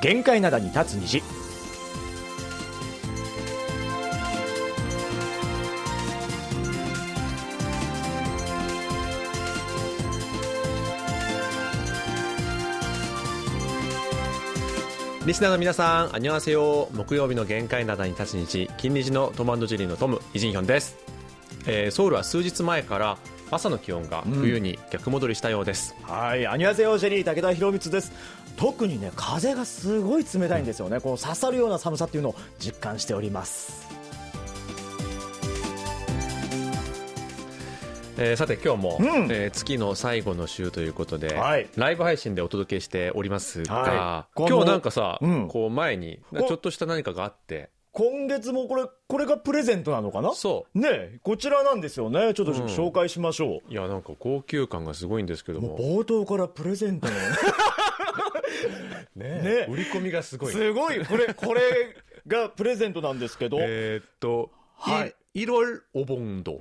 限界灘に立つ虹リスナーの皆さん、あにわせよ。木曜日の限界なに立ち日、金日のトムジェリーのトム、イジンヒョンです、えーソウルは数日前から朝の気温が冬に逆戻りしたようです。はい、アニュアゼオジェリー武田博光です。特にね、風がすごい冷たいんですよね。こう刺さるような寒さっていうのを実感しております。えーさて今日も、うんえー月の最後の週ということで、はいライブ配信でお届けしておりますが、はいこの今日なんかさ、うんこう前におちょっとした何かがあって、今月もこれ、これがプレゼントなのかなそねえこちらなんですよね。ちょっとうん紹介しましょう。いやなんか高級感がすごいんですけう。どもうも、冒頭からプレゼントの。ねね売り込みがすごい。すごい、これ、これがプレゼントなんですけど。えーっと、、はいイロルお盆ド。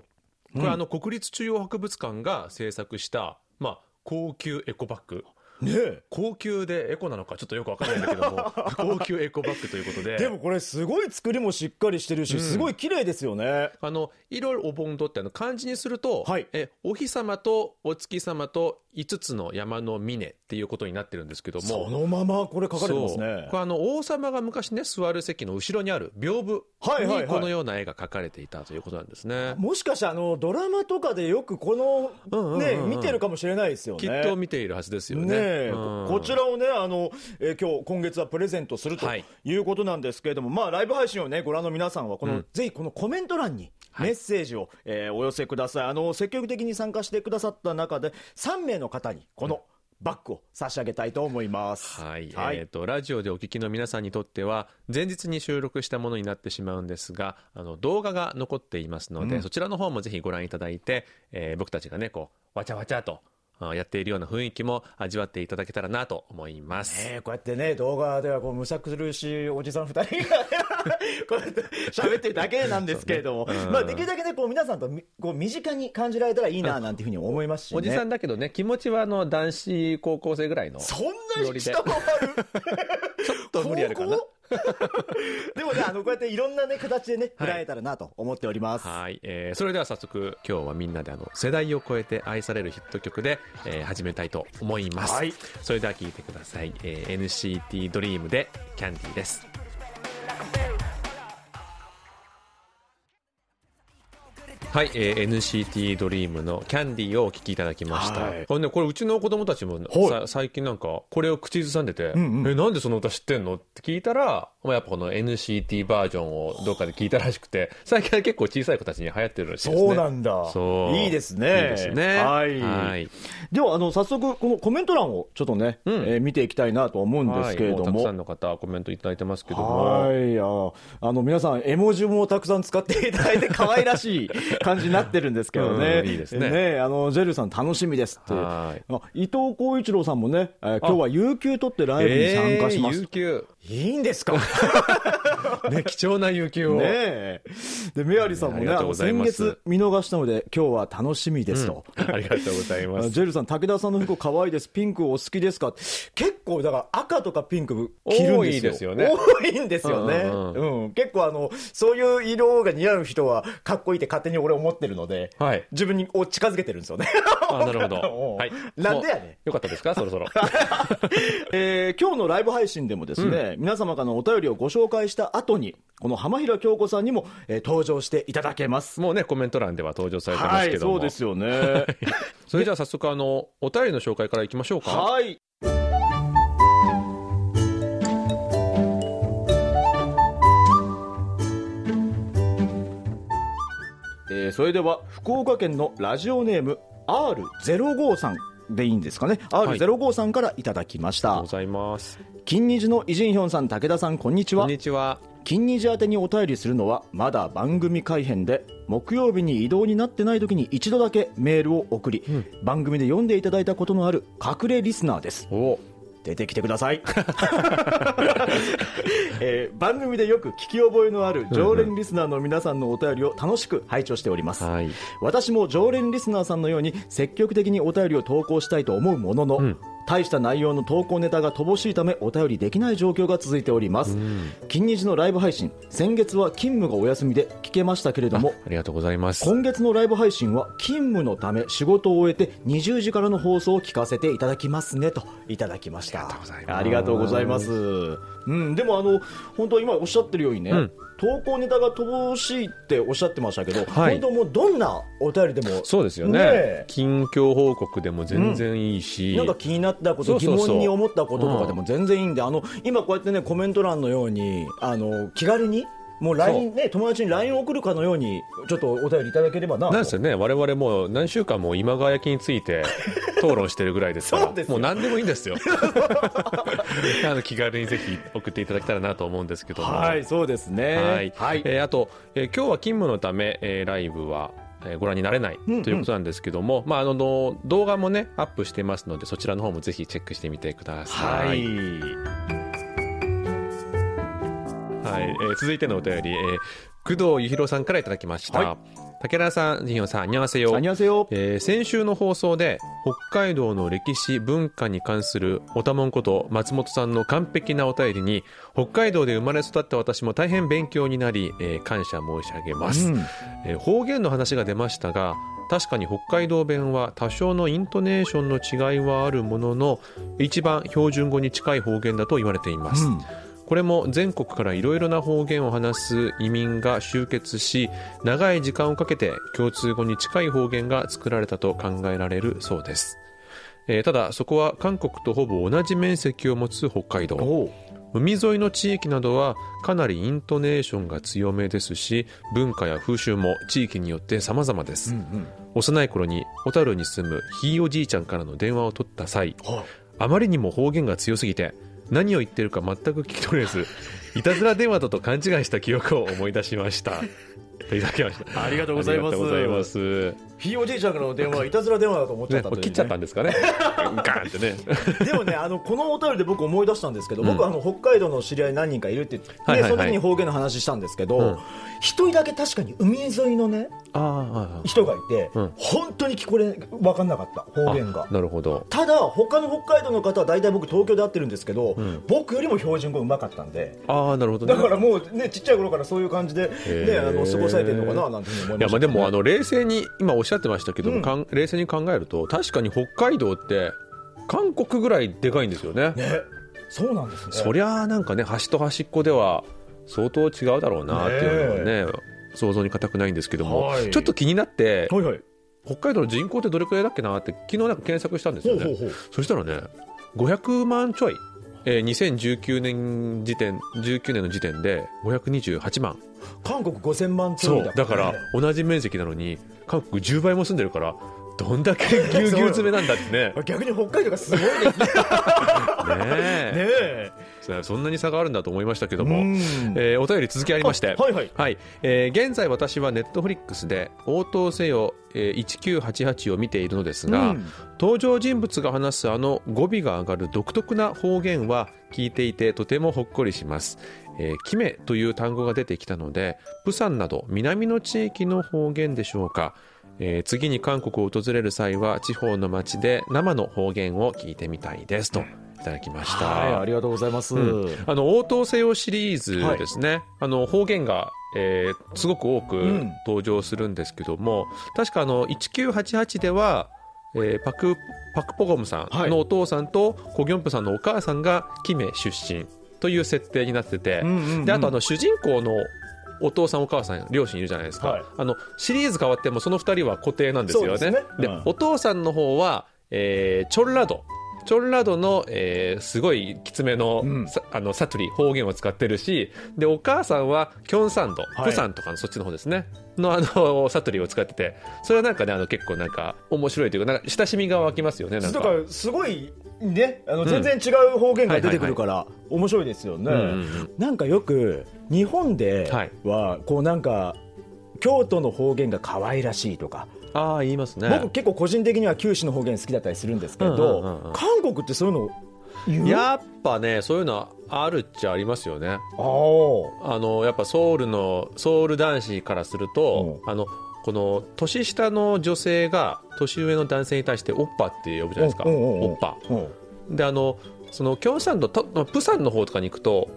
これ、うんあの国立中央博物館が制作した、まあ、高級エコバッグ。ねえ高級でエコなのかちょっとよくわかんないんだけど も、高級エコバッグということで。でもこれすごい作りもしっかりしてるし、うんすごい綺麗ですよね。あの、いろいろお盆とってあの漢字にすると、はいえ、お日様とお月様と5つの山の峰っていうことになってるんですけども。そのままこれ書かれてますそうねこれ。あの王様が昔ね座る席の後ろにある屏はいはいは風いにこのような絵が描かれていたということなんですね。もしかしてあのドラマとかでよくこうんうんうのんねうん見てるかもしれないですよね。きっと見ているはずですよね。ねえうんここちらをねあの、えー今日今月はプレゼントするとはいいうことなんですけれども、まあライブ配信をねご覧の皆さんはこの、うんぜひこのコメント欄にはいメッセージを、えーお寄せくださいあの積極的に参加してくださった中で3名の方にこのバッグを差し上げたいと思います。はい、はいえっ、と、ラジオでお聞きの皆さんにとっては、前日に収録したものになってしまうんですが、あの、動画が残っていますので、うんそちらの方もぜひご覧いただいて、えー僕たちがね、こう、わちゃわちゃと、あやっているような雰囲気も味わっていただけたらなと思います。ねえこうやってね動画ではこうむさくるしいおじさん2人が こうやって喋ってるだけなんですけれども、そうねうんまあ、できるだけねこう皆さんとみこう身近に感じられたらいいななんていうふうに思いますし、ね、おじさんだけどね、気持ちはあの、男子高校生ぐらいの。ちそんなに下回るょっと無理あるかな高。校でもねあのこうやっていろんな、ね、形でねは見いられたらなと思っております、はい、えーそれでは早速今日はみんなであの世代を超えて愛されるヒット曲で、えー始めたいと思います、はいそれでは聴いてください、えー NCT ドリームでキャンディーですはい、えー NCT ドリームのキャンディーをお聴きいただきました、はいこれねこれうちの子供たちもはいさ最近なんかこれを口ずさんでて、んうんえなんでその歌知ってんのって聞いたら、まあ、やっぱこの NCT バージョンをどっかで聞いたらしくて最近は結構小さい子たちに流行ってるらしいですねそうなんだそういいですねいいですねはいはいではあの早速このコメント欄をちょっとね、うんえー見ていきたいなと思うんですけれどはいもうたくもさんの方コメントいただいてますけどもはいああの皆さん、絵文字もたくさん使っていただいて、可愛らしい感じになってるんですけどね、うんいいですねあのジェルさん、楽しみですって、あは伊い藤浩一郎さんもね、えー今日は有給取ってライブに参加します、えー有給いいんですか、ね ね貴重な有給を、えでメアリーさんもありね、あがとうのござい先ます月見逃したので、今日は楽しみですと。ありがとうござい まあすジェルさん、武田さんの服可愛いです。ピンクお好きですか結構、だから赤とかピンク着るんですよ。多いですよね多いんですよね。うんううん結構あの、そういう色が似合う人はかっこいいって勝手に俺思ってるので、はい自分にを近づけてるんです よね。あなるほどおうはいなんでやねんもうよかったですかそ ろそろえー今日のライブ配信でもですね、皆様からのお便りをご紹介した後に、この浜平京子さんにも、えー登場していただけます。もうねコメント欄では登場されてまはすけい、ども、そうですよね。それじゃあ早速あのお便りの紹介からいきましょうかはい。えーそれでは福岡県のラジオネーム R05 さんでいいんですかねはい R05 さんからいただきましありがとたうございます金日のイジンヒョンさん武田さんこんにちこはんにちは金日宛てにお便りするのはまだ番組改編で木曜日に移動になってない時に一度だけメールを送り、番組で読んでいただいたことのある隠れリスナーですお出てきてください、えー番組でよく聞き覚えのある常連リスナーの皆さんのお便りを楽しく拝聴しております、はい私も常連リスナーさんのように積極的にお便りを投稿したいと思うものの、ん大した内容の投稿ネタが乏しいためお便りできない状況が続いております、金日のライブ配信先月は勤務がお休みで聞けましたけれどもありがとうございます今月のライブ配信は勤務のため仕事を終えて20時からの放送を聞かせていただきますねといただきましたありがとうございますうんでもあの本当今おっしゃってるようにね、うん投稿ネタが乏しいっておっしゃってましたけど、はい本当もうどんなお便りでもそうですよねねえ近況報告でも全然いいし、なんか気になったこそと、う疑そうそう問に思ったこととかでも全然いいんで、あの今、こうやってねコメント欄のように、あの気軽に、もう LINE ね、友達に LINE を送るかのように、ちょっとお便りいただければなと、なんですよね我々もう何週間も今川焼きについ て討論してるぐらいですからそうですよもう何でもいいんですよ あの気軽にぜひ送っていただけたらなと思うんですけどもはい、そうですね。はいはいえーあと、えー今日は勤務のため、えーライブは、えーご覧になれないとんうんいうことなんですけども、まあ、あのの動画もねアップしてますのでそちらの方もぜひチェックしてみてください、はいはいえー続いてのお便り、えー工藤ゆひろさんからいただきました、は竹田さん、ジヒョンさん、にゃわせよこんにちは。えー先週の放送で北海道の歴史文化に関するおたもんこと松本さんの完璧なお便りに北海道で生まれ育った私も大変勉強になり、えー感謝申し上げます、うんえー方言の話が出ましたが確かに北海道弁は多少のイントネーションの違いはあるものの一番標準語に近い方言だと言われています、うんこれも全国からいろいろな方言を話す移民が集結し長い時間をかけて共通語に近い方言が作られたと考えられるそうです、えーただそこは韓国とほぼ同じ面積を持つ北海道おう海沿いの地域などはかなりイントネーションが強めですし文化や風習も地域によって様々でうす、んうん幼い頃に小樽に住むひいおじいちゃんからの電話を取った際はあまりにも方言が強すぎて何を言ってるか全く聞き取 れずいたずら電話だと勘違いした記憶を思い出しましたといただきましたありがとうございますありがとうございますひいおじいちゃんからの電話、いたずら電話だと思っちゃね、ったこといれう切っちゃったんで すかねガーンってねでもね、あのこのお便りで僕、思い出したんですけど、僕、あの北海道の知り合い何人かいるって言って、はいはいはいその時に方言の話したんですけうんど、一、人だけ確かに海沿いのね、ああ人がいて、うん本当に聞こえ分かんなかった、方言が。なるほどただ、他の北海道の方は大体僕、東京で会ってるんですけど、ん僕よりも標準語うまかったんで、ああなるほどねだからもうね、ちっちゃい頃からそういう感じで、へね、ーあの過ごされてるのかななんていうふうに思いいましたけやまあでどね、もあの冷静に今おっしゃってましたけども、うんかん冷静に考えると確かに北海道って韓国ぐらいでかいんですよねね、そうなんですね。そりゃあなんかね端と端っこでは相当違うだろうなっていうのはね想像に難くないんですけども、はいちょっと気になってはいはい、北海道の人口ってどれくらいだっけなって昨日なんか検索したんですほようねほうほうそしたらね500万ちょい、えー2019年時点19年の時点で528万韓国5000万通そうだから同じ面積なのに韓国10倍も住んでるからどんだけぎゅうぎゅう詰めなんだってね逆に北海道がすごいです ねねえ ねえ。そそんなに差があるんだと思いましたけどうもん、えーお便り続きありましてあはいはいえー現在私はネットフリックスで「応答せよ、えー1988」を見ているのですが、うん登場人物が話すあの語尾が上がる独特な方言は聞いていてとてもほっこりします。えーキメという単語が出てきたので、プサンなど南の地域の方言でしょうか。えー次に韓国を訪れる際は地方の町で生の方言を聞いてみたいですといただきました。はい、ありがとうございます。うんあの応答せよシリーズですね、あの方言が、えーすごく多くん登場するんですけども、確かあの1988では、えーパクパクポゴムさはんいのお父さんとコギョンプさんのお母さんがキメ出身という設定になってて、うんうんうんであとあの主人公のお父さんお母さん両親いるじゃないですか、はいあのシリーズ変わってもその2人は固定なんですよね。そうですねでうんお父さんの方は、えーチョンラドチョンラドの、えーすごいきつめの,、うんさあのサトゥリ方言を使ってるしでお母さんはキョンサンド、はいプサンとかのそっちの方ですねのあのサトゥリを使っててそれはなんかねあの結構なんか面白いというかなんか親しみが湧きますよねなんだかからすごいねあのん全然違う方言が出てくるから面白いですよね、うんうんうんなんかよく日本ではいはこうなんか京都の方言が可愛らしいとか、ああ言いますね僕結構個人的には九州の方言好きだったりするんですけど、うんうんうんうん韓国ってそういうの言うやっぱねそういうのはあるっちゃありますよねあーあのやっぱソウルのソウル男子からすると、あのこの年下の女性が年上の男性に対して「オッパ」って呼ぶじゃないですか「うんうんうんうんオッパうん」であのその京山のとプサンの方とかに行くと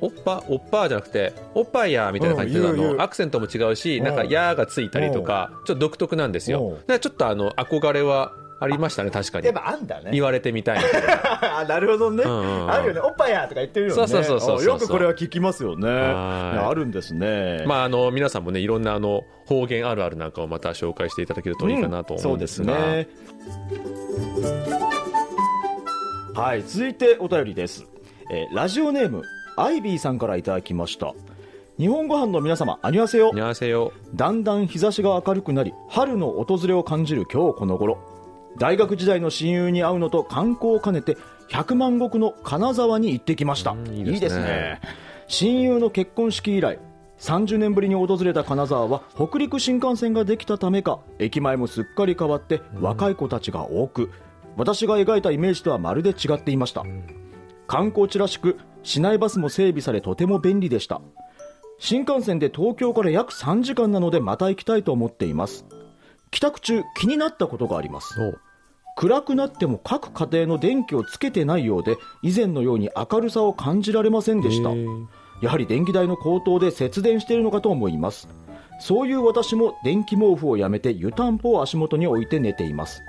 おっぱおっぱじゃなくておっぱいやーみたいな感じで、うんあ言う言うのアクセントも違うしなんかうんやーがついたりとかちょっと独特なんですうんよだからちょっとあの憧れはありましたね確かにやっぱあんだね言われてみたい あなるほどね、うんうんうんあるよねおっぱいやとか言ってるよねそうそうそうそうそうあよくこれは聞きますよねはいいやあるんですね まああの皆さんもねいろんなあの方言あるあるなんかをまた紹介していただけるといいかなと思うんですが、そねはい続いてお便りです、えーラジオネームアイビーさんからいただきました日本ご飯の皆様アニュアセヨにゃわせよだんだん日差しが明るくなり春の訪れを感じる今日この頃大学時代の親友に会うのと観光を兼ねて百万石の金沢に行ってきましたんいいいいでですすねね親友の結婚式以来30年ぶりに訪れた金沢は北陸新幹線ができたためか駅前もすっかり変わって若い子たちが多く私が描いたイメージとはまるで違っていました観光地らしく市内バスも整備されとても便利でした新幹線で東京から約3時間なのでまた行きたいと思っています帰宅中気になったことがありますそう暗くなっても各家庭の電気をつけてないようで以前のように明るさを感じられませんでしたへーやはり電気代の高騰で節電しているのかと思いますそういう私も電気毛布をやめて湯たんぽを足元に置いて寝ています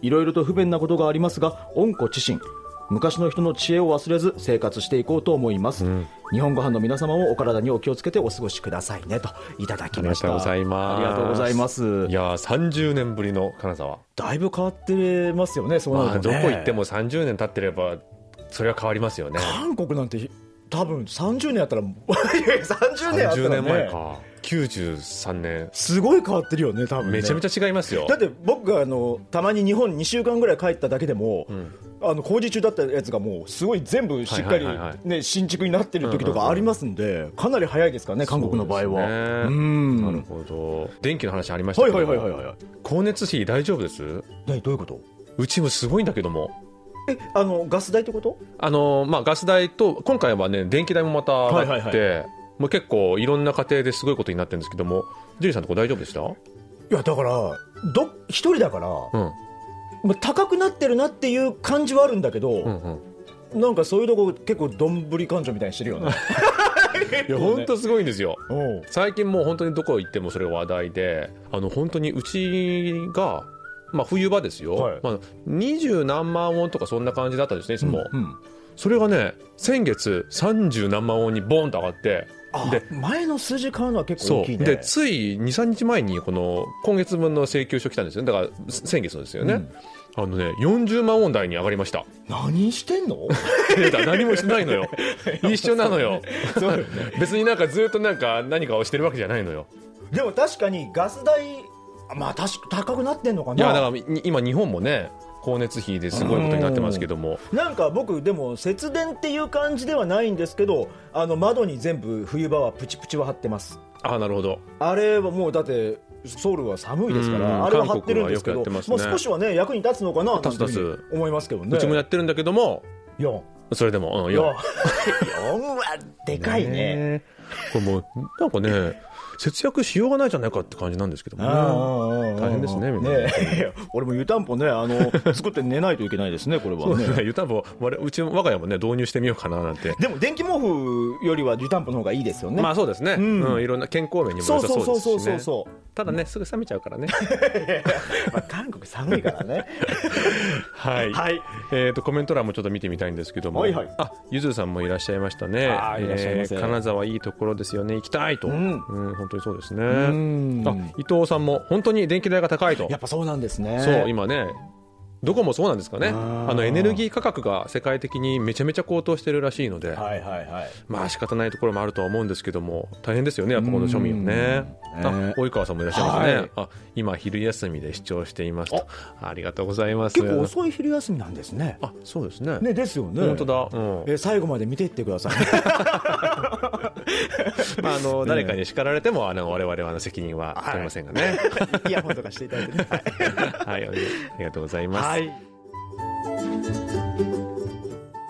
いろいろと不便なことがありますが温故知新昔の人の知恵を忘れず生活していこうと思います、日本ご飯の皆様もお体にお気をつけてお過ごしくださいねといただきありまがしとたうございますありがとうございますいやー30年ぶりの金沢だいぶ変わってますよねそうまなあ、るとどね、こ行っても30年経ってればそれは変わりますよね韓国なんて多分30年やったらもういやいや30年やったら、ね、 30年前か93年すごい変わってるよね多分ねめちゃめちゃ違いますよだって僕があのたまに日本2週間ぐらい帰っただけでも、あの工事中だったやつがもうすごい全部しっかり、ねはいはいはい新築になってる時とかありますんで、かなり早いですからね韓国の場合は。そうですねうんなるほど電気の話ありましたはけいどはいはいはいはい光熱費大丈夫です何どういうことうちもすごいんだけどもえあのガス代ってことあのーまあガス代と今回はね電気代もまた上がって、はもう結構いろんな家庭ですごいことになってるんですけどもジュリーさんとこ大丈夫でしたういやだからど一人だから、んまあ、高くなってるなっていう感じはあるんだけど、うんうんなんかそういうとこ結構どんぶり感情みたいにしてるよね。 いや本当すごいんですよおう最近もう本当にどこ行ってもそれ話題であの本当にうちが、まあ、冬場ですよ、はいまあ、20何万ウォンとかそんな感じだったんですねいつも、うんそれがね先月30何万ウォンにボンと上がってあで前の数字買うのは結構そ大うきいね。でつい23日前にこの今月分の請求書来たんですよねだからす先月のですよね、あのね40万ウォン台に上がりました 何してんのだから何もしてないの よ一緒なのよそうよね 別になんかずっとなんか何かをしてるわけじゃないのよ でも確かにガス代、まあ確か高くなってんのかな。いやだからに今日本もね光熱費ですごいことになってますけどもなんか僕でも節電っていう感じではないんですけどあの窓に全部冬場はプチプチは貼ってますああなるほどあれはもうだってソウルは寒いですかうらんあれは貼ってるんですけど韓国はよくもやってまうすね少しはね役に立つのかなと立つ立つ思いますけどねうちもやってるんだけどもいやそれでもうんいやよ4はでかいねねこれもうなんかね節約しようがないじゃないかって感じなんですけどもね大大変ですねみんな俺も湯たんぽねあ の作って寝ないといけないですねこれそはう ですねね湯たんぽ我々うちも我が家もね導入してみようかななんてでも電気毛布よりは湯たんぽの方がいいですよね、まあそうですねんうんいろんな健康面にもそ良うさそそうそううそうそうそですしうねただねすぐ冷めちゃうからねまあ、韓国寒いから ねはいはいえー、とコメント欄もちょっと見てみたいんですけども、はいはいあゆずさんもいらっしゃいましたねあーいらっしゃいませえー金沢いいところですよね行きたいと、ううんん本当にそうですねんあ伊藤さんも本当に電気代が高いとやっぱそうなんですねそう今ねどこもそうなんですかねあーあのエネルギー価格が世界的にめちゃめちゃ高騰してるらしいので、はいはいはいまあ仕方ないところもあるとは思うんですけども大変ですよねやっぱこの庶民はねうんねあ及川さんもいらっしゃいますね、はいあ今昼休みで視聴していますとありがとうございます結構遅い昼休みなんですねあそうですねねですよね本当だ、うんえ最後まで見ていってく ださいまあ、あの誰かに叱られてもあの我々はあの責任は取れませんが ね、イヤホンとかしていただいてねはいありがとうございます、はい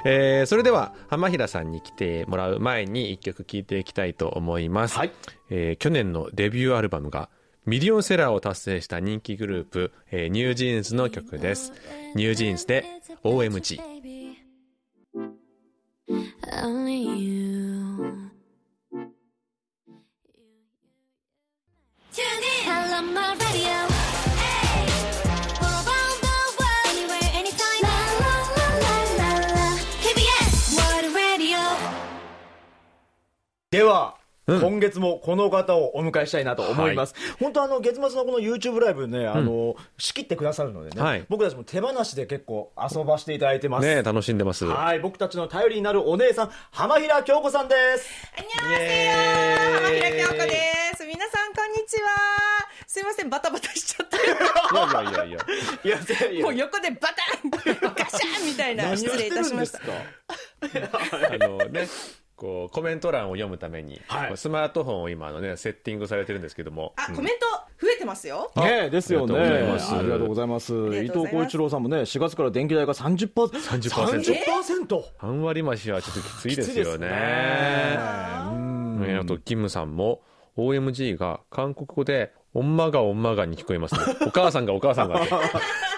えーそれでは浜平さんに来てもらう前に一曲聴いていきたいと思います、はいえー去年のデビューアルバムがミリオンセラーを達成した人気グループ、えーニュージーンズの曲ですニュージーンズで OMG OMG only you. Tune in. I love my radio. Hey. All around the world, anywhere, anytime. La la la la la la. KBS World Radio. では、うん今月もこの方をお迎えしたいなと思います。本当あの、月末のこの YouTube ライブね、あの、仕切ってくださるのでね、はい僕たちも手放しで結構遊ばせていただいてます。ねえ楽しんでます。 はい、僕たちの頼りになるお姉さん、浜平京子さんです。こんにちは浜平京子です。皆さんこんにちは。すいませんバタバタしちゃって、いやいやいやいや。いや、いもう横でバタンガシャンみたいな何を失礼いたしましたし。てるんですかあのね、こうコメント欄を読むために、はいスマートフォンを今あのねセッティングされてるんですけども、あうんコメント増えてますよ。ねえ、ですよね。ありがとうございますありがとうございます。り伊がとうございます藤浩一郎さんもね、4月から電気代が30%。 30% 30%? 半割増しはちょっときついですよね。うんねあとキムさんも OMG が韓国語で「おんまがおんまが」に聞こえますね。 お母さんがお母さんがって。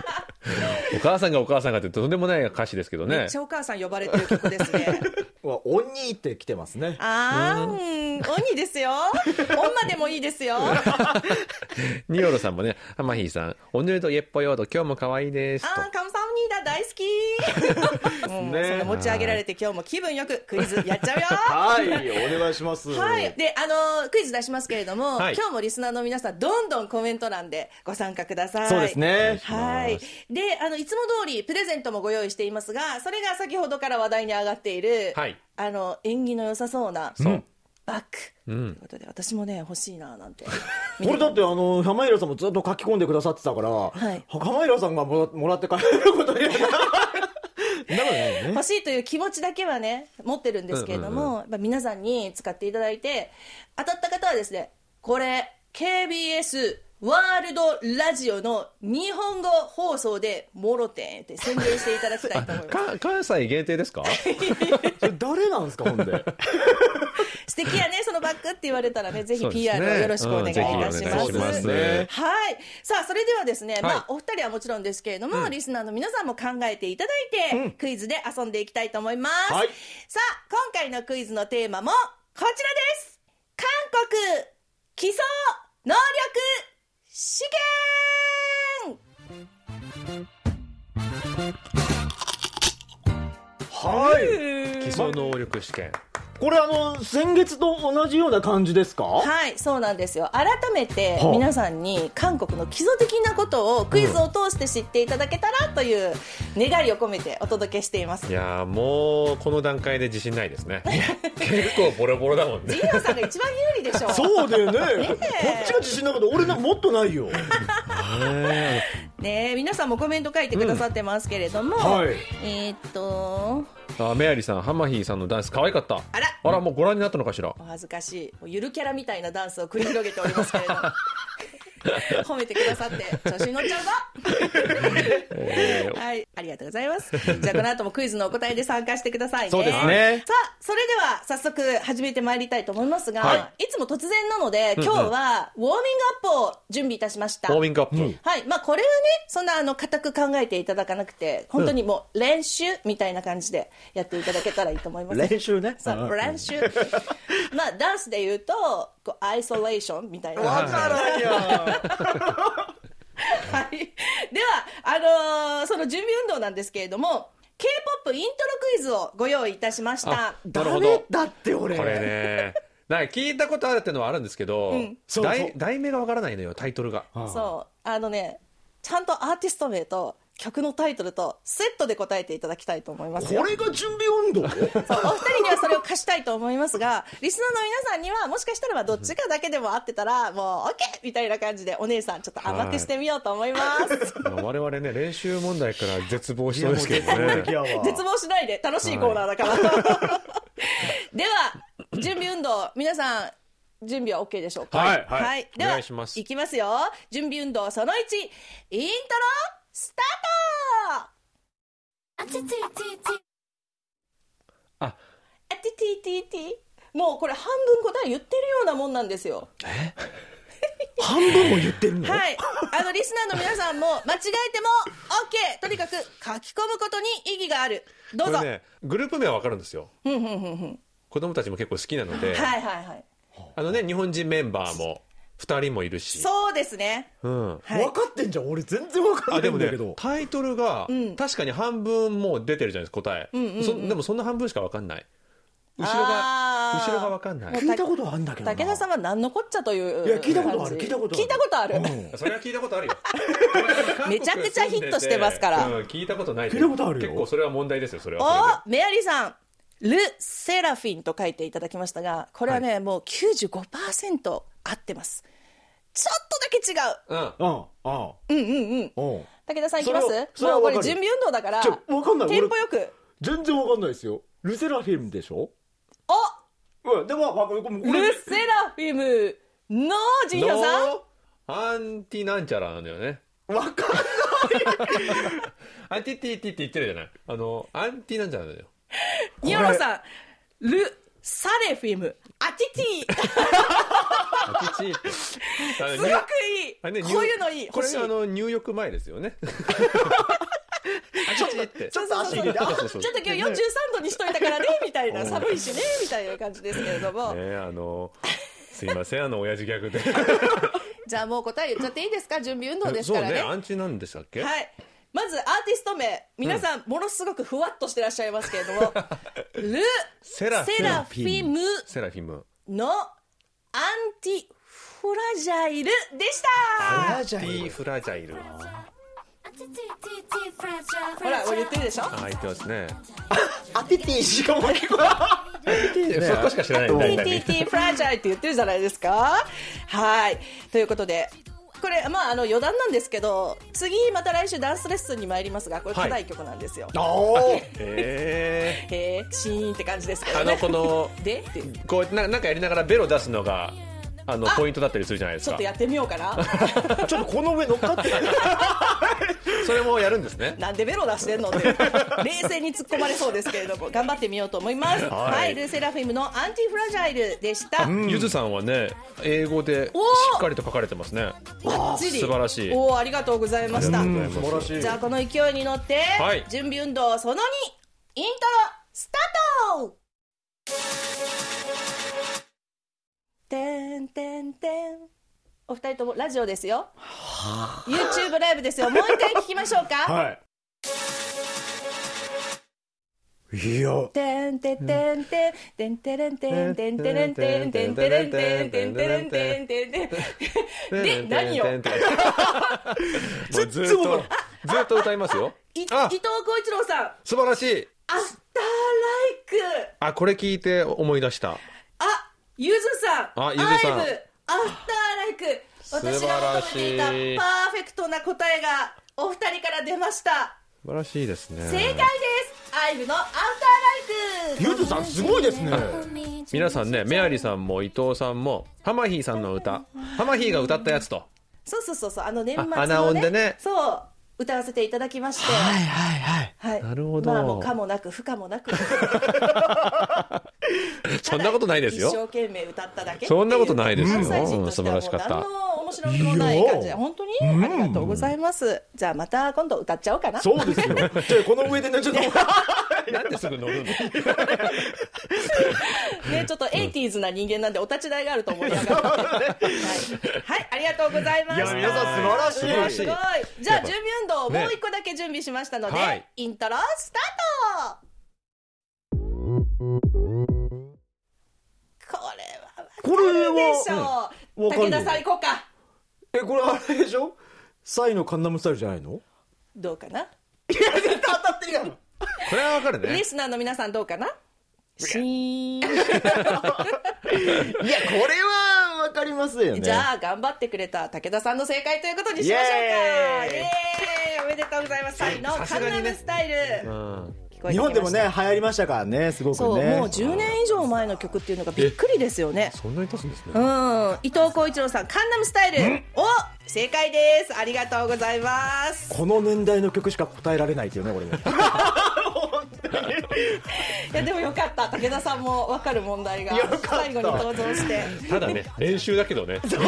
お母さんがお母さんがってとんでもない歌詞ですけどめねっち。ゃお母さん呼ばれてる曲で すね。うわ、オンニーって来てますね。あー、うん、鬼ですよ。女でもいいですよ。あー、ニオロさんもね、ハマヒーさん、おぬるとえっぽよーと今日も可愛いですと。カムサウニーダ大好 き。もうねそんな持ち上げられて今日も気分よくクイズやっちゃうよ。はい、お願いします。はい。で、あのークイズ出しますけれども、はい今日もリスナーの皆さん、どんどんコメント欄でご参加ください。そうです。ね。はい。で、あの、いつも通りプレゼントもご用意していますが、それが先ほどから話題に上がっている、はいあの、縁起の良さそうな、そうバッグ、うんということで、私もね、欲しいな、なんて。これだってあの、浜平さんもずっと書き込んでくださってたから、い浜平さんがもらもらって帰ることにはなならないよね。欲しいという気持ちだけはね、持ってるんですけれども、うんやっぱ皆さんに使っていただいて、当たった方はですね、これ、KBS ワールドラジオの日本語放送で、もろてんって宣言していただきたいと思います。か関西限定ですかそれ誰なんですか、ほんで。素敵やね、そのバッグって言われたらね、ぜひそうですね PR をよろしくお願いいたします。うんぜひお願いしまそすうですねはい。さあ、それではですね、まはいあ、お二人はもちろんですけれども、リスナーの皆さんも考えていただいて、クイズで遊んでいきたいと思います。はいさあ、今回のクイズのテーマも、こちらです韓国基礎能力試験はい。基礎能力試験。これあの、先月と同じような感じですかはい、そうなんですよ。改めてはあ皆さんに韓国の基礎的なことをクイズを通して知っていただけたらという願いを込めてお届けしていますい。やーもうこの段階で自信ないですね 結構ボロボロだもんねジーノさんが一番有利でしょ そうだよね。こねえっちが自信なかった。俺なんかもっとないよ。ねえ皆さんもコメント書いてくださってますけれども、はいえーっとあメアリーさんハマヒーさんのダンス可愛かったあらあらもうご覧になったのかしらお恥ずかしいもうゆるキャラみたいなダンスを繰り広げておりますけれど 褒めてくださって調子に乗っちゃうぞえーはい、ありがとうございます。 じゃあこの後もクイズのお答えで参加してくださいね。そうですねさあ、それでは早速始めてまいりたいと思いますが、、はいつも突然なので、今日はウォーミングアップを準備いたしました。ウォーミングアップ、はい。まあ、これはね、そんな、あの、固く考えていただかなくて、本当にもう、練習みたいな感じでやっていただけたらいいと思います。練習ね。さあ、練習。まあ、ダンスで言うと、こう、アイソレーションみたいな。わからんやはい、ではあのーその準備運動なんですけれども k p o p イントロクイズをご用意いたしましたあなる誰ほどだって俺。これねなんか聞いたことあるってのはあるんですけど、そうそう題題名がわからないのよタイトルがそうあのねちゃんとアーティスト名と曲のタイトルとセットで答えていただきたいと思いますこよれが準備運動そうお二人にはそれを貸したいと思いま すがリスナーの皆さんにはもしかしたらまあどっちかだけでも合ってたらもう OK みたいな感じでお姉さんちょっと甘くしてみようと思います、まあ我々ね練習問題から絶望しいそうですけどねやわ絶望しないで楽しいコーナーだから、 では準備運動皆さん準備は OK でしょうかはいはいでおは願いしますきますよ準備運動その1イントロスタあートちちちち。ああててててもうこれ半分答え言ってるようなもんなんですよ半分も言ってるの、はい。あの、リスナーの皆さ んも、間違えても OK! とにかく、書き込むことに意義がある。どうこぞ。れねグループ名は分かるんですよふんふんふんふん。子供たちも結構好きなので、はいはいはい。あのね日本人メンバーも2人もいるしそうですね。うんはい分。かってんじゃん俺全然分かっあてでんもだねけど、タイトルがん確かに半分もう出てるじゃないですか答え、んうんうんそでもそんな半分しか分かんない後ろがあー後ろが分かんない聞いたことあんだけどな武田さんは何のこっちゃという。いや聞いたことある感じ聞いたことある聞いたことある。うんそれは聞いたことあるよめちゃくちゃヒットしてますからうん聞いたことない聞いたことあるよ結構それは問題ですよそれはそおメアリーさんル・セラフィンと書いていただきましたがこれはね、もう95%合ってますちょっとだけれでうんうんうんうんうん違う武田さんいきますそれはそれはもわかうこるれ準備運動だからちょわかんないテンポよく全然分かんないですよルセラフィムでしょおうんでもわかるル・セラフィムのジンヒョンさんのアンティなんちゃらなんだよね分かんないアンティティティって言ってるじゃないあのアンティなんちゃらなんだよニョロさんル・サレフィムアティティすアンティティってすごくあれいいねニューこういうのいいこ欲れしいあの入浴前ですよ ね。ちょっとってちょっと足入れてそうそうそうちょっと今日43度にしといたからねみたいな寒いしねみたいな感じですけれども、ねあのすいませんあの親父ギャグで。じゃあもう答え言っちゃっていいですか準備運動ですそかうらねねアンチなんでしたっけ？はいまずアーティスト名皆さんものすごくふわっとしてらっしゃいますけれども、ル・セラセラフィムセラフィム。のアンティフラジャイルでしたラジテャイルィフラジャイル。ほら俺言ってるでしょあ言ってますね。アティティしかも聞こえないそこしか知らない。大体 TTT フラジャイルって言ってるじゃないですか。はい。ということで、これ、まあ、あの、余談なんですけど、次、また来週ダンスレッスンに参りますが、これ、はい課題曲なんですよ。おえへー、シーンって感じですけー、どあのね。このでっていうこうななんかやりながらベロ出すのがあのポイントだったりするじゃないですちょっかと。やってみよう かな。ーちょっとこの上乗っかってそれもやるんですね。なんでベロ出してんのって、冷静に突っ込まれそうですけれども、頑張ってみようと思います。はいい。ルーセラフィムのアンティフラジャイルでした。ゆずさんはね英語でしおーっかりと書かれてますね。ばっちり素晴らしいおーありがとうございました。うん素晴らしいじゃあこの勢いに乗って、はい準備運動その2イントロスタートてんてんてんお二人ともラジオですよ YouTube ライブですよもう一回聞きましょうかはいいやてんてんてんてんてんてれんてんてんてれんてんてんてれんてんてんてれんてんてんてんで何を てんてんてんてんもうずっとずっと歌いますよい伊藤あ浩一郎さん素晴らしいアフターライクあこれ聞いて思い出したあ、ゆずさん。あゆずさんアイブアフターライク。私が求めていた素晴らパしいーフェクトな答えがお二人から出ました。素晴らしいですね正解です。アイブのアフターライク。ゆずさんすごいですね皆さんねメアリーさんも伊藤さんもハマヒーさんの歌ハマヒーが歌ったやつとそうそうそうそう。あの年末のね。あアナ音でねそう。歌わせていただきまして。はいはいはいはい。なるほどまあ、もうかもなく、不可もなく。 そんなことないです一生よ懸命歌っただけっていう。そんなことないですよ関西人としてはもううん素晴らしかった何の面白みもない感じいで、や本当にありがとうございます。じゃあまた今度歌っちゃおうかな。そうですよじゃあこの上でねちょっとなん ですぐ乗るのね、ちょっとエイティーズな人間なんで、お立ち台があると思いながら。はい、はい、ありがとうございました。いや皆さん素晴らしいすごい。じゃあ、準備運動をもう一個だけ準備しましたので、ねはいイントロスタート。これこれは。でしはょう。うんわかる武田さん行こうか。えこれあれでしょサイのカンナムスタイルじゃないのどうかな。当たってるやんこれはわかるねリスナーの皆さん、どうかな。シーン。いやこれはわかりますよねじゃあ頑張ってくれた武田さんの正解ということにしましょうかイエーイイエーイおめでとうございますサイのさカすンがナにねムスタイル、うん聞こえてきました日本でもね流行りましたからねすごくねそう、もう10年以上前の曲っていうのがびっくりですよねそんなに経つんですうねん伊藤浩一郎さん「カンナムスタイル」お正解ですありがとうございま すこの年代の曲しか答えられないっていうねこれねいやでもよかった武田さんも分かる問題がよかった最後に登場してただね、練習だけどね。そうそう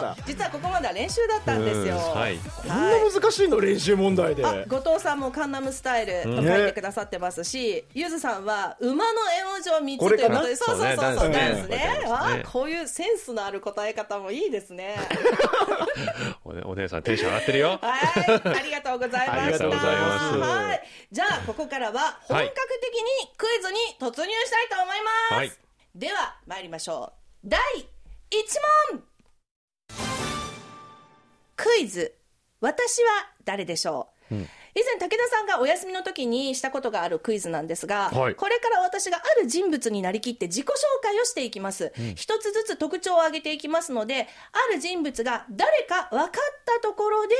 だ実はここまでは練習だったんですよ、うんはいこんな難しいの練習問題であ後藤さんも「カンナムスタイル」と書いてくださってますし、ゆずさんは馬の絵文字を3つこといれかうこなとでそうそうそうそそううねダンダンススねねわダンスねあこういうセンスのある答え方もいいですねお,、ね、お姉さんテンション上がってるよ。はいありがとうございましたありがとうございますはいじゃあここからは本格的にクイズに突入したいと思います、はいでは参りましょう第1問クイズ私は誰でしょう、以前武田さんがお休みの時にしたことがあるクイズなんですが、はいこれから私がある人物になりきって自己紹介をしていきます一、つずつ特徴を挙げていきますのである人物が誰か分かったところで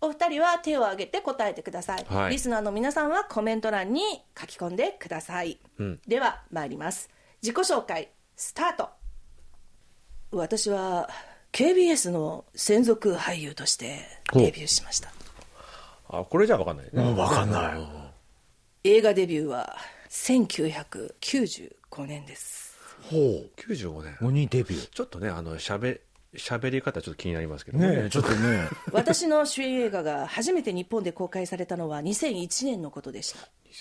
お二人は手を挙げて答えてください、はいリスナーの皆さんはコメント欄に書き込んでください、んでは参ります自己紹介スタート私は KBS の専属俳優としてデビューしましたあ、これじゃわかんないね。うんわかんない映画デビューは1995年ですほ95年。鬼デビュちょっとね、あの、喋、喋り方ちょっと気になりますけどーねえちょっとね私の主演映画が初めて日本で公開されたのは2001年のことでした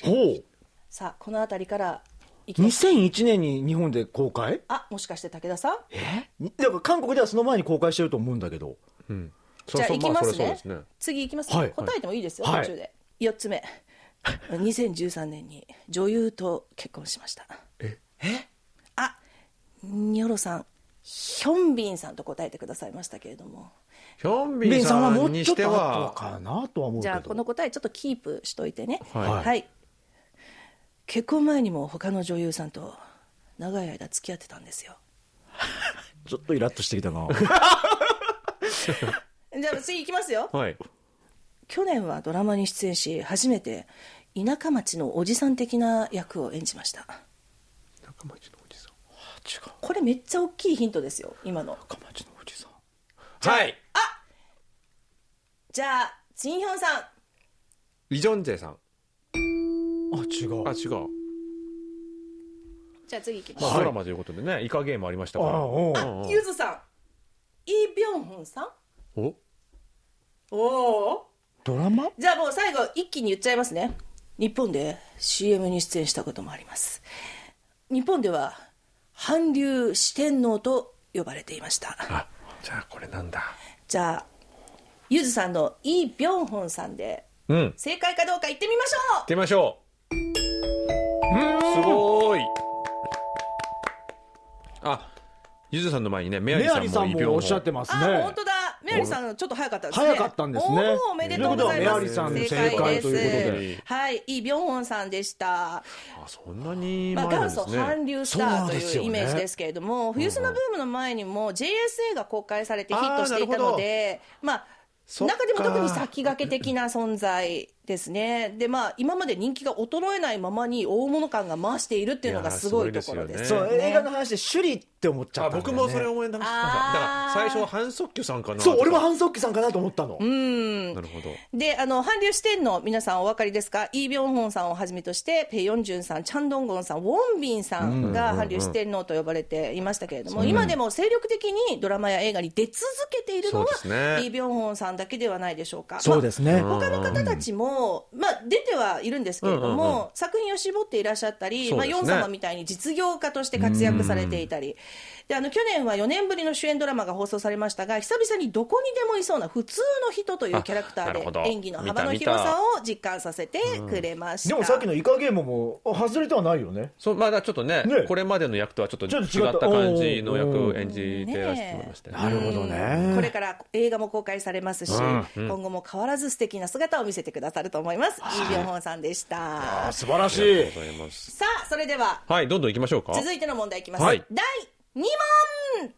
ほ うさあこの辺りからいきます2001年に日本で公開あもしかして武田さんえだから韓国ではその前に公開してると思うんだけどそじうゃあそういきままあそすりゃそうねですね。次いきます、はい答えてもいいですよ、はい途中で4つ目2013年に女優と結婚しましたえあニョロさんヒョンビンさんと答えてくださいましたけれどもヒョンレビンンさんはさもんうにちょっしとて後は、かなとは思うけじどゃあこの答えちょっとキープしといてねはい結婚前にも他の女優さんと長い間付き合ってたんですよちょっとイラッとしてきた なじゃあ次いきますよはい。去年はドラマに出演し初めて田舎町のおじさん的な役を演じました中町のおじさん。これめっちゃ大きいヒントですよ今のかまちのおじさんはい。じゃあチンヒョンさんイジョンジェさん。あ違うあ、違う。じゃあ次いきまますあ、ドラマということでね、イカゲームありましたから。あおううんうんゆずさんイ・ビョンホンさんおおおドラマじゃあもう最後一気に言っちゃいますね日本で CM に出演したこともあります日本では韓流四天王と呼ばれていましたあ、じゃあこれなんだ。じゃあゆずさんのイ・ビョンホンさんでうん。行っ正解かどうか言ってみましてみましょう。すごーい。あ、ゆずさんの前にね、メアリメーさアんもリさんイビョンホもンおっしゃってますょう、あね本当だメアリーさんちょっと早かったですね早かったんですねおーおめでとうございますということはメアリーさんの正解ということではいイ・ビョンホンさんでしたあ、そんなにま前あ、なん元です祖ね。韓流スタそうなーんとですいようねイメージですけれども、冬砂ブームの前にも JSA が公開されてヒットしていたので、まあ、そっか中でも特に先駆け的な存在ですね。で、まあ、今まで人気が衰えないままに大物感が増しているっていうのがすごいところいやーすごいでですす。よそうね映画の話で首里って思っちゃあ、ったんだよね僕もそれ思い出した。だあかーら最初は反則球さんかなとそうか。俺も反則機さんかなと思ったのなるほど。で、あの、韓流四天王、皆さんお分かりですかイ・ビョンホンさんをはじめとして、ペ・ヨンジュンさん、チャン・ドンゴンさん、ウォンビンさんが韓流四天王と呼ばれていましたけれども、今でも精力的にドラマや映画に出続けているのはそうです、ねイ・ビョンホンさんだけではないでしょうか。そうですねまあ他の方たちも、まあ、出てはいるんですけれども、うんうん作品を絞っていらっしゃったり、そうまあ、ですねヨン様みたいに実業家として活躍されていたり、であの去年は4年ぶりの主演ドラマが放送されましたが、久々にどこにでもいそうな普通の人というキャラクタあなるほーどで、演技の幅の広さを実感させてくれました。でもさっきのイカゲームもあ外れてはないよねそうまだちょっとねねこれまでの役とはちょっとちょっと違違っったた感じの役おをー演じてらっしゃいましたね。るほどこれから映画も公開されますし、今後も変わらず素敵な姿を見せてくださると思います。イ・ビョンホンさんでした。素晴らしありがいとうございます。さあ、それでははい、どんどん行きましょうか。続いての問題いきます、はい第2問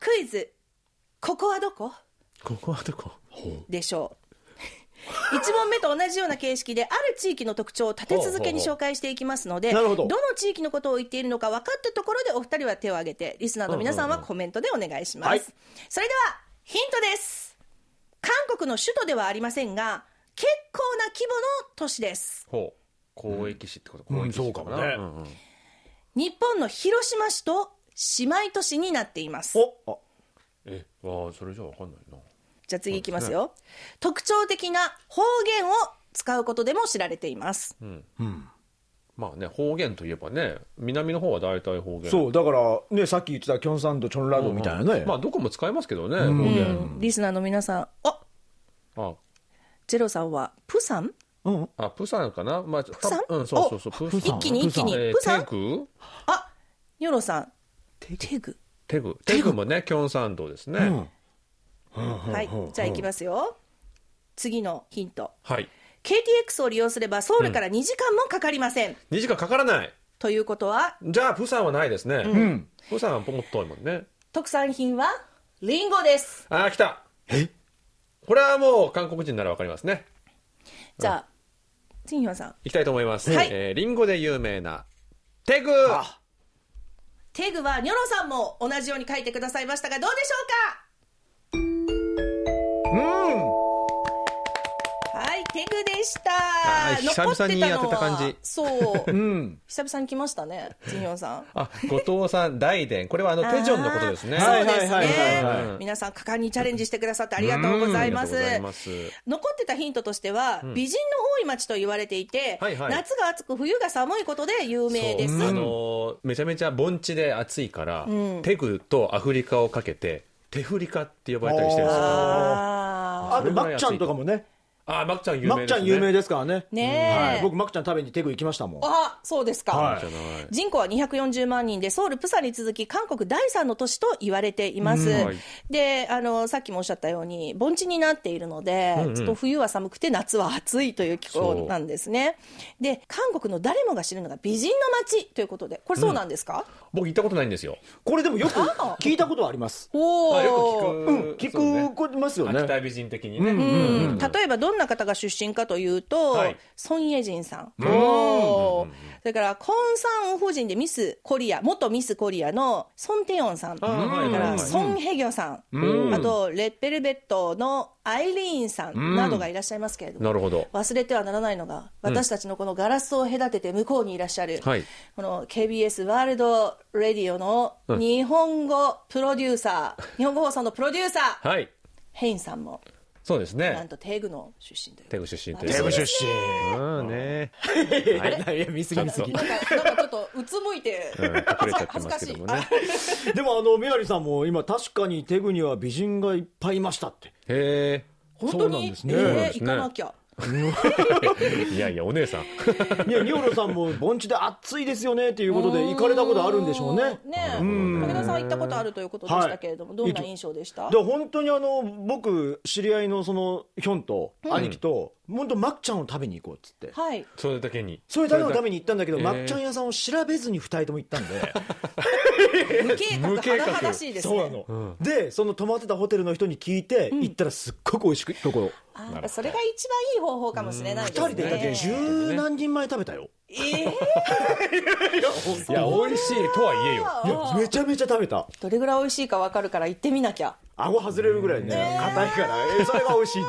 クイズ「ここはどこ?ここはどこ？」でしょ う1問目と同じような形式である地域の特徴を立て続けに紹介していきますのでほうほうほうなるほどの地域のことを言っているのか分かったところでお二人は手を挙げてリスナーの皆さんはコメントでお願いします、はいそれではヒントです韓国の首都ではありませんが結構な規模の都市です。ほう交易市ってことうん交易市うんそうかもねんうん日本の広島市と姉妹都市になっています。おあえわあそれじゃわかんないなじゃあ次いきますよ。特徴的な方言を使うことでも知られています。うんうんまあね方言といえばね南の方は大体方言そうだからねさっき言ってたキョンサンとチョンラドみたいなね、まあどこも使えますけどね、ん方う言ん、リスナーの皆さん、ああジェロさんはプサンうんあプサンかなまあププサンうんそうそうそうプサン一気に一気に。えープサンテグあニョロさん。テグ。テグテグもねキョンサン道ですね、うん。はい。じゃあいきますよ。次のヒント。はい。 KTX を利用すればソウルから2時間もかかりません。 2時間かからない。ということは、じゃあ、プサンはないですね。うんプサンはもっと遠いもんね。特産品はリンゴです。あー、来た。えこれはもう韓国人ならわかりますね。じゃあ、チンヒョンさん。行きたいと思います。はいえーリンゴで有名な、テグあテグはニョロさんも同じように書いてくださいましたが、どうでしょうかうんはい、テグでしたあ。ー残久々にやってた感じってたのはそうう。 ん久々に来ましたね、チンヒョンさん。あ、後藤さん、大伝。これはあの、テジョンのことですね。あーそうですはいはいはいはいね。皆さん、果敢にチャレンジしてくださってありがとうございますあ。りがとうございます。残ってたヒントとしては、美人の多い町と言われていて、はいはい夏が暑く冬が寒いことで有名です。そうあのーめちゃめちゃ盆地で暑いから、テグとアフリカをかけて、テフリカって呼ばれたりしてるんですよ。ああとマッちゃんとかもねあー、マクちゃん有マッ名でちすね。ゃん有名ですからねーねえ、はい、僕マッちゃん食べにテグ行きましたもんあそうですか、はいじゃない。人口は240万人で、ソウル、プサンに続き、韓国第3の都市と言われています。うんはいであの、さっきもおっしゃったように、盆地になっているので、うんうんちょっと冬は寒くて、夏は暑いという気候なんですね。で、韓国の誰もが知るのが美人の街ということで、これ、そうなんですか、僕行ったことないんですよ。これでもよくあ聞いたことはありますおーあよく聞く。うん聞そうねくこますよね秋田美人的にね。うん例えばどんな方が出身かというと、はいソン・イェジンさん、んおーそれからコン・サン・オフ人でミス・コリア元ミス・コリアのソン・テヨンさんあーはいだかはいはらいソン・ヘギョさん、うんあとレッペルベットのアイリーンさんなどがいらっしゃいますけれども、なるほど。忘れてはならないのが私たちのこのガラスを隔てて向こうにいらっしゃる、はいこの KBS ワールドレディオのうん日本語プロデューサー、日本語放送のプロデューサーはい。ヘインさんもそうですなんね。とテグの出身というテグ出身というテこグと出で。身うんね。 いや見すぎ見すぎなんかなんかちょっとうつむいて、うん、隠れちゃって恥ずまかすしけいどもね。でもあのメアリーさんも今確かにテグには美人がいっぱいいましたってへ本当に、ねえそうなんーです行ねかなきゃえ。いやいや、お姉さん。いやニョロさんも盆地で暑いですよねっていうことで行かれたことあるんでしょうねねえん武田さんは行ったことあるということでしたけれども、はいどんな印象でしたで本当にあの僕知り合いのそのヒョンと兄貴と、本当マックちゃんを食べに行こうっつってはいそれだけに。それだけのために行ったんだけど、えーマッチャン屋さんを調べずに2人とも行ったんで、無計画無計画甚だしいですねの、で、その泊まってたホテルの人に聞いて、行ったらすっごく美味しくところ、あーやっぱそれが一番いい方法かもしれないです2ね人で行った時十何人前食べたよ、えーいや、美味しいとはいえよ。いやめちゃめちゃ食べた、どれぐらい美味しいか分かるから行ってみなきゃ顎外れるぐらいね、硬いから、 えーそれが美味しいの、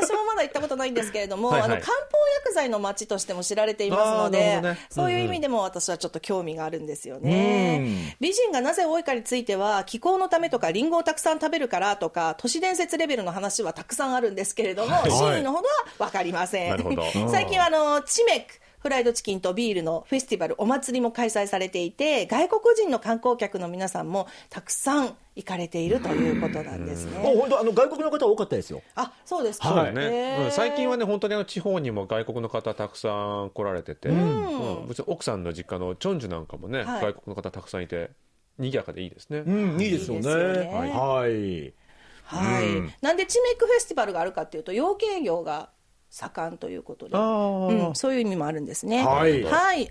私もまだ行ったことないんですけれどもはいはいあの漢方薬剤の町としても知られていますのあーなで、るほどねそういう意味でも私はちょっと興味があるんですよね、美人がなぜ多いかについては気候のためとかリンゴをたくさん食べるからとか都市伝説レベルの話はたくさんあるんですけれども、い真意のほどは分かりません、なるほど最近はあのチメックフライドチキンとビールのフェスティバルお祭りも開催されていて外国人の観光客の皆さんもたくさん行かれているということなんですね、もう本当、あの外国の方多かったですよ、あそうですか、そうだね、へーうん最近はね本当にあの地方にも外国の方たくさん来られてて、うん別に奥さんの実家のチョンジュなんかもね、はい外国の方たくさんいて賑やかでいいですね、うん、いいですよね、いいですよねはい、はい、なんでチメイクフェスティバルがあるかっていうと養鶏業が盛んということで、うん、そういう意味もあるんですねはい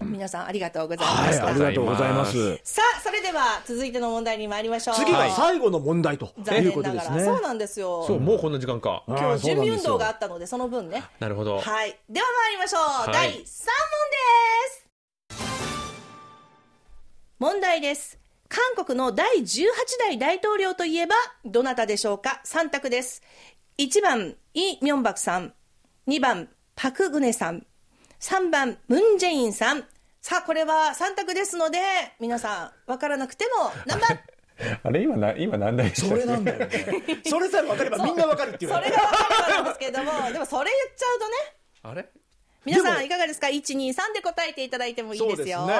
皆さんありがとうございまはしい、た、ありがとうございます。さあそれでは続いての問題に参りましょう次が最後の問題と残いう念ことなでがすらね。そうなんですよそうもうこんな時間か、あー今日準備運動があそうなんですよったのでその分ねなるほど、はいでは参りましょう、い第3問です問題です韓国の第18代大統領といえばどなたでしょうか3択です1番イ・ミョンバクさん2番、パクグネさん。3番、ムンジェインさん。さあ、これは3択ですので、皆さん、わからなくて も、頑張っあれ今な今何台でしたそっけれなんだよねそれさえ分か ればみんな分かるっていうそれがわかるんですけども、でもそれ言っちゃうとね、あれ皆でさもんいかがですか ?1、2、3で答えていただいてもいいですよ。そうですね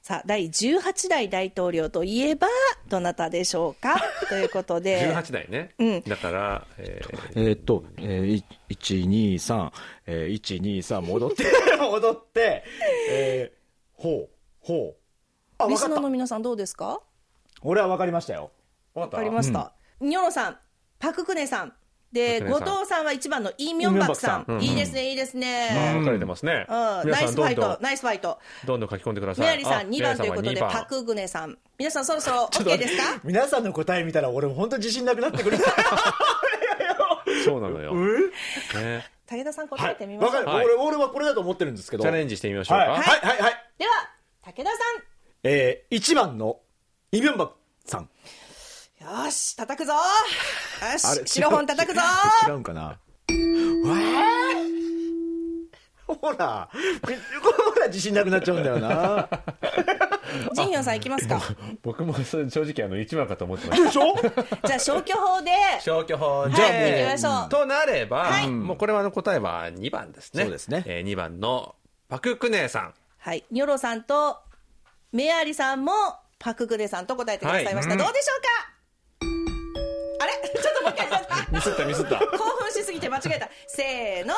さあ、第18代大統領といえば、どなたでしょう かということで。 18台ね、うんだから、ええーっと、えー、123、えー、123戻 って、戻って、えー、ほう、ほう。あ、リわかスっナーたの。皆さんどうですか俺はわかりましたよ。ー、わわかりました。ニョロさん、パククネさん。で、パクク後ネさん藤さんは1番のイ・ミョンバクさイミョンバクさんうんん。いいですね、いいですあーね。分かれてますね、うん、皆ナさイんスフどァんイどトん、ナイスファイト。どんどん書き込んでくださいメアリーさあん2番というこメとで、アリーさんはパ2番クグネさん。皆さんそろそろ OK ですか皆さんの答え見たら俺本当自信なくなってくる。 そうなのよ、ね、武田さん答はえてみい。まわしかょうる。。はい俺、俺はこれだと思ってるんですけど。チャレンジしてみましょうか、はい、はい、はい、はい。では、武田さん。えー、1番のイ・ビョンバクさん。よし、叩くぞよあしれ、 白本叩くぞ違うんかな。わーほら、みほら自信なくなっちゃうんだよな。ジンヒョンさんいきますか。僕もそれ正直あの1番かと思ってましたでしょじゃあ消去法で、消去法じゃあはい行きましょうとなれば、はいもうこれはあの答えは2番ですねそうですねえー、2番のパククネさんはい、ニョロさんとメアリさんもパクグネさんと答えてくださいました。はいどうでしょうかあれ ちょっともう一回やっちゃったミスったミスった興奮しすぎて間違えた。せーの。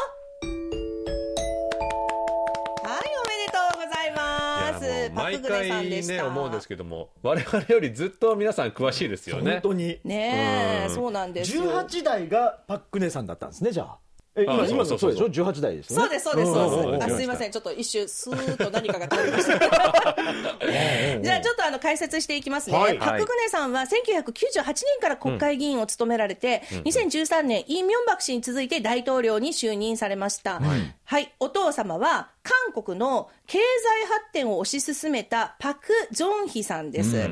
はい、おめでとうございます。いやもうパク毎グネさん回でした。ね思うんですけども我々よりずっと皆さん詳しいですよ本ね当に。ねえ、うんそうなんですよ。 18代がパック姉さんだったんですねじゃあえ今あそう今そのうそそううでしょ18代ですよねそうです、そうです、そうんうんううんです。うんあ、すいません。ちょっと一瞬、スーッと何かが通りました。じゃあ、ちょっとあの、解説していきますね。はいパクグネさんは1998年から国会議員を務められて、2013年、イ・ミョンバク氏に続いて大統領に就任されました。はい。お父様は、韓国の経済発展を推し進めたパク・ジョンヒさんです。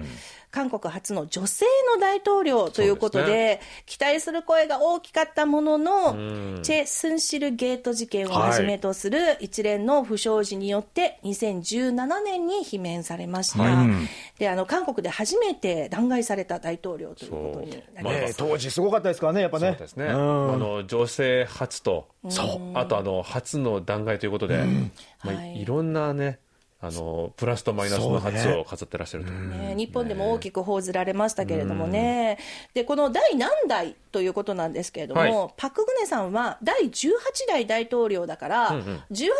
韓国初の女性の大統領ということそうで、期待する声が大きかったものの、んチェ・スンシルゲート事件をはじめとする一連の不祥事によって、2017年に罷免されました、であの韓国で初めて弾劾された大統領ということになりそまうす。ねえ当時すごかったですからねやっぱそうねですね、んあの女性初とあとあの初の弾劾ということで、まあ、はいいろんなねあのプラスとマイナスの初を飾ってらっしゃると、ね、日本でも大きく報じられましたけれどもね、でこの第何代ということなんですけれども、はいパク・グネさんは第18代大統領だから、うんうん18人目か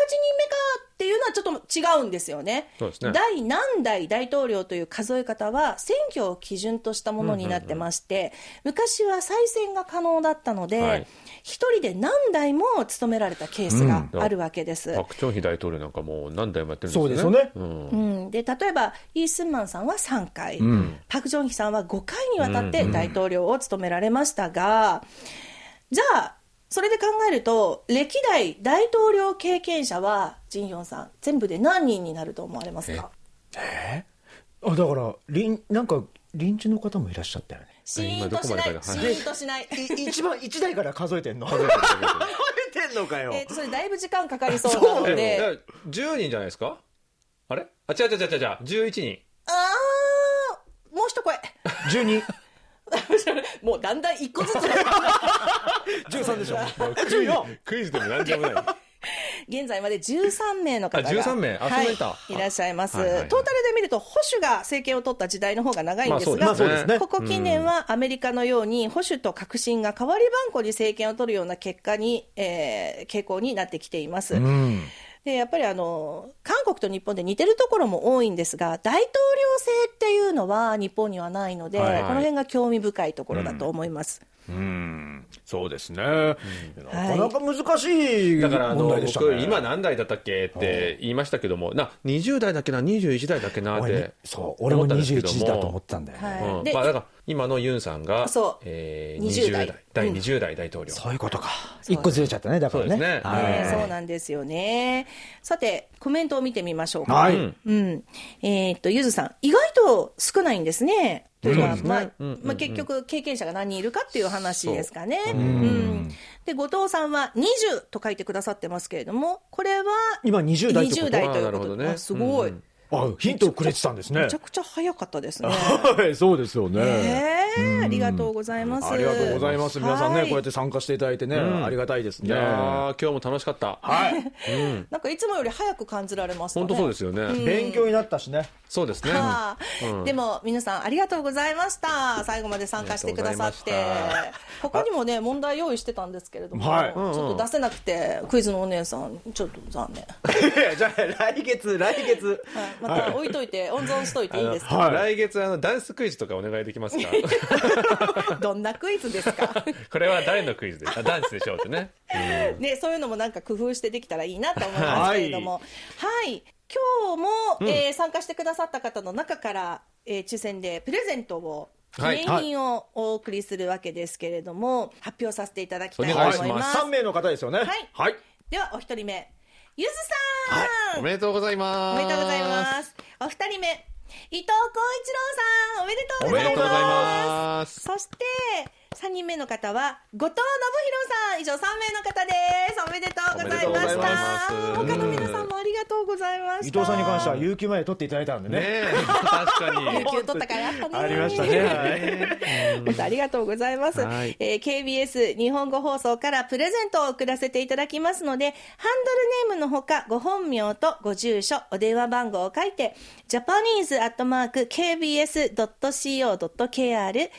っていうのはちょっと違うんですよね。そうですね第何代大統領という数え方は、選挙を基準としたものになってまして、昔は再選が可能だったのはでい、一、人で何代も務められたケースがあるわけです。パク・チョンヒ大統領なんかもう何代もやってるんですそようねですよねうんうん、で例えばイ・スンマンさんは3回、パク・ジョンヒさんは5回にわたって大統領を務められましたが、じゃあ、それで考えると、歴代大統領経験者は、ジンヒョンさん、全部で何人になると思われますかあだから隣なんか臨時の方もいらっしゃったよねシーンとしない、今どこまで書シいたはいーンとしない。一 番1代から数えてんの数えてんのかよ えーとそれだいぶ時間かかりそうなので、え10人じゃないですかあれあ違う違う違う違う11人あー、もう一声。 1213もうだんだん一個ずつ。で しょクイズクイズでも何でもない現在まで13名の方があ13名あはそんなにいたい、いらっしゃいます、はいはいはいトータルで見ると保守が政権を取った時代の方が長いんですが、まあそうですねここ近年はアメリカのように保守と革新が代わり番号に政権を取るような結果に、えー傾向になってきています、うんでやっぱりあの韓国と日本で似てるところも多いんですが大統領制っていうのは日本にはないので、はいはいこの辺が興味深いところだと思います、うんそうですねなかなか難しいだからあの、問題でした僕ね今何代だったっけって言いましたけどもな20代だっけな21代だっけなっ俺ねてそう俺も思ったんですけど21だと思ってたんだよねはいうんでまあ、だから今のユンさんが、そうえー20 20代代、う第ん20代大統領。そういうことか。そう一個ずれちゃったね、だからね。そうですねはねいそうなんですよね。さて、コメントを見てみましょうか。はい。うんうん。えーっと、ゆずさん、意外と少ないんですね。というのは、そうですねまあ、うんうんうんまあ、結局、経験者が何人いるかっていう話ですかね。そうううんん。で、後藤さんは20と書いてくださってますけれども、これは今20代ってこと20代というあーなるこほとどで、ねあすごい、うんあ、ヒントをくれてたんですねめち。ゃくちゃ早かったですね。はい、そうですよえね。ー、ありがとうございます。ありがとうございます。皆さんね、はいこうやって参加していただいてね、んありがたいですいね。やはー、今日も楽しかった。い。うん。なんかいつもより早く感じられますね。本当そうですよね。勉強になったしね。そうですね。はあうんでも皆さんありがとうございました最後まで参加してくださっありてがとうございま他にもね問題用意してたんですけれども、はいちょっと出せなくてクイズのお姉さんちょっと残念、 いやじゃあ、来月、来月。はい、また置いといて温存しといていいですか、はい。来月、あの、ダンスクイズとかお願いできます かどんなクイズですかこれは誰のクイズですかダンスでしょうってね。ねそういうのもなんか工夫してできたらいいなと思いますけれどもはい、今日も、えー参加してくださった方の中から、えー抽選でプレゼントを記はい念品をお送りするわけですけれども、発表させていただきたいと思お願いまいしすます3名の方ですよね。はいはい。ではお一人目ゆずさん、おめでとうございまおす。めでとうございますお二人目伊藤浩一郎さんおめでとうおごめざでというございますます。そして三人目の方は後藤信弘さん以上三名の方ですおめでとうございましたおめでとうござい他のます皆さんもありがとうございました伊藤さんに関しては、有給まで取っていただいたんでねね。え、確かに。 有給取ったからあったねあり ましたね。本当ありがとうございます。はいえー KBS 日本語放送からプレゼントを送らせていただきますので、ハンドルネームのほか、ご本名とご住所、お電話番号を書いて、japanese.kbs.co.kr、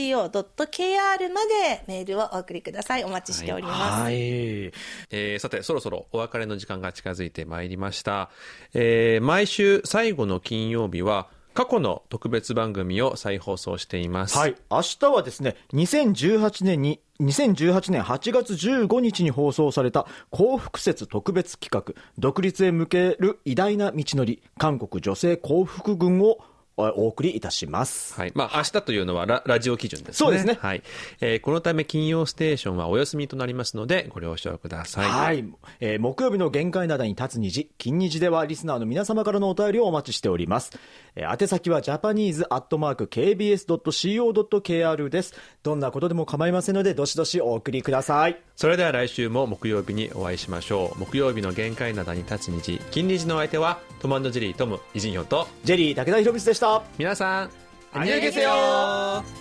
japanese.kbs.co.kr までメールをお送りください。お待ちしております。はい。えーさて、そろそろお別れの時間が近づいてまいりました。えー毎週最後の金曜日は、過去の特別番組を再放送しています。はい。明日はですね、2018年に、2018年8月15日に放送された幸福節特別企画、独立へ向ける偉大な道のり、韓国女性幸福軍をえお送りいたします。はい。まあ、明日というのはララジオ基準ですね。そうですねはい。えーこのため金曜ステーションはお休みとなりますので、ご了承ください。はい、えー木曜日の限界灘に立つ虹、金虹ではリスナーの皆様からのお便りをお待ちしております。えー宛先はジャパニーズアットマーク KBS.CO.KR です。どんなことでも構いませんので、どしどしお送りください。それでは来週も木曜日にお会いしましょう。木曜日の限界なに立つ日、金日のお相手は、トマンドジェリートム、イジンヒョンと、ジェリー武田博光でした。皆さん、 안녕히 계세요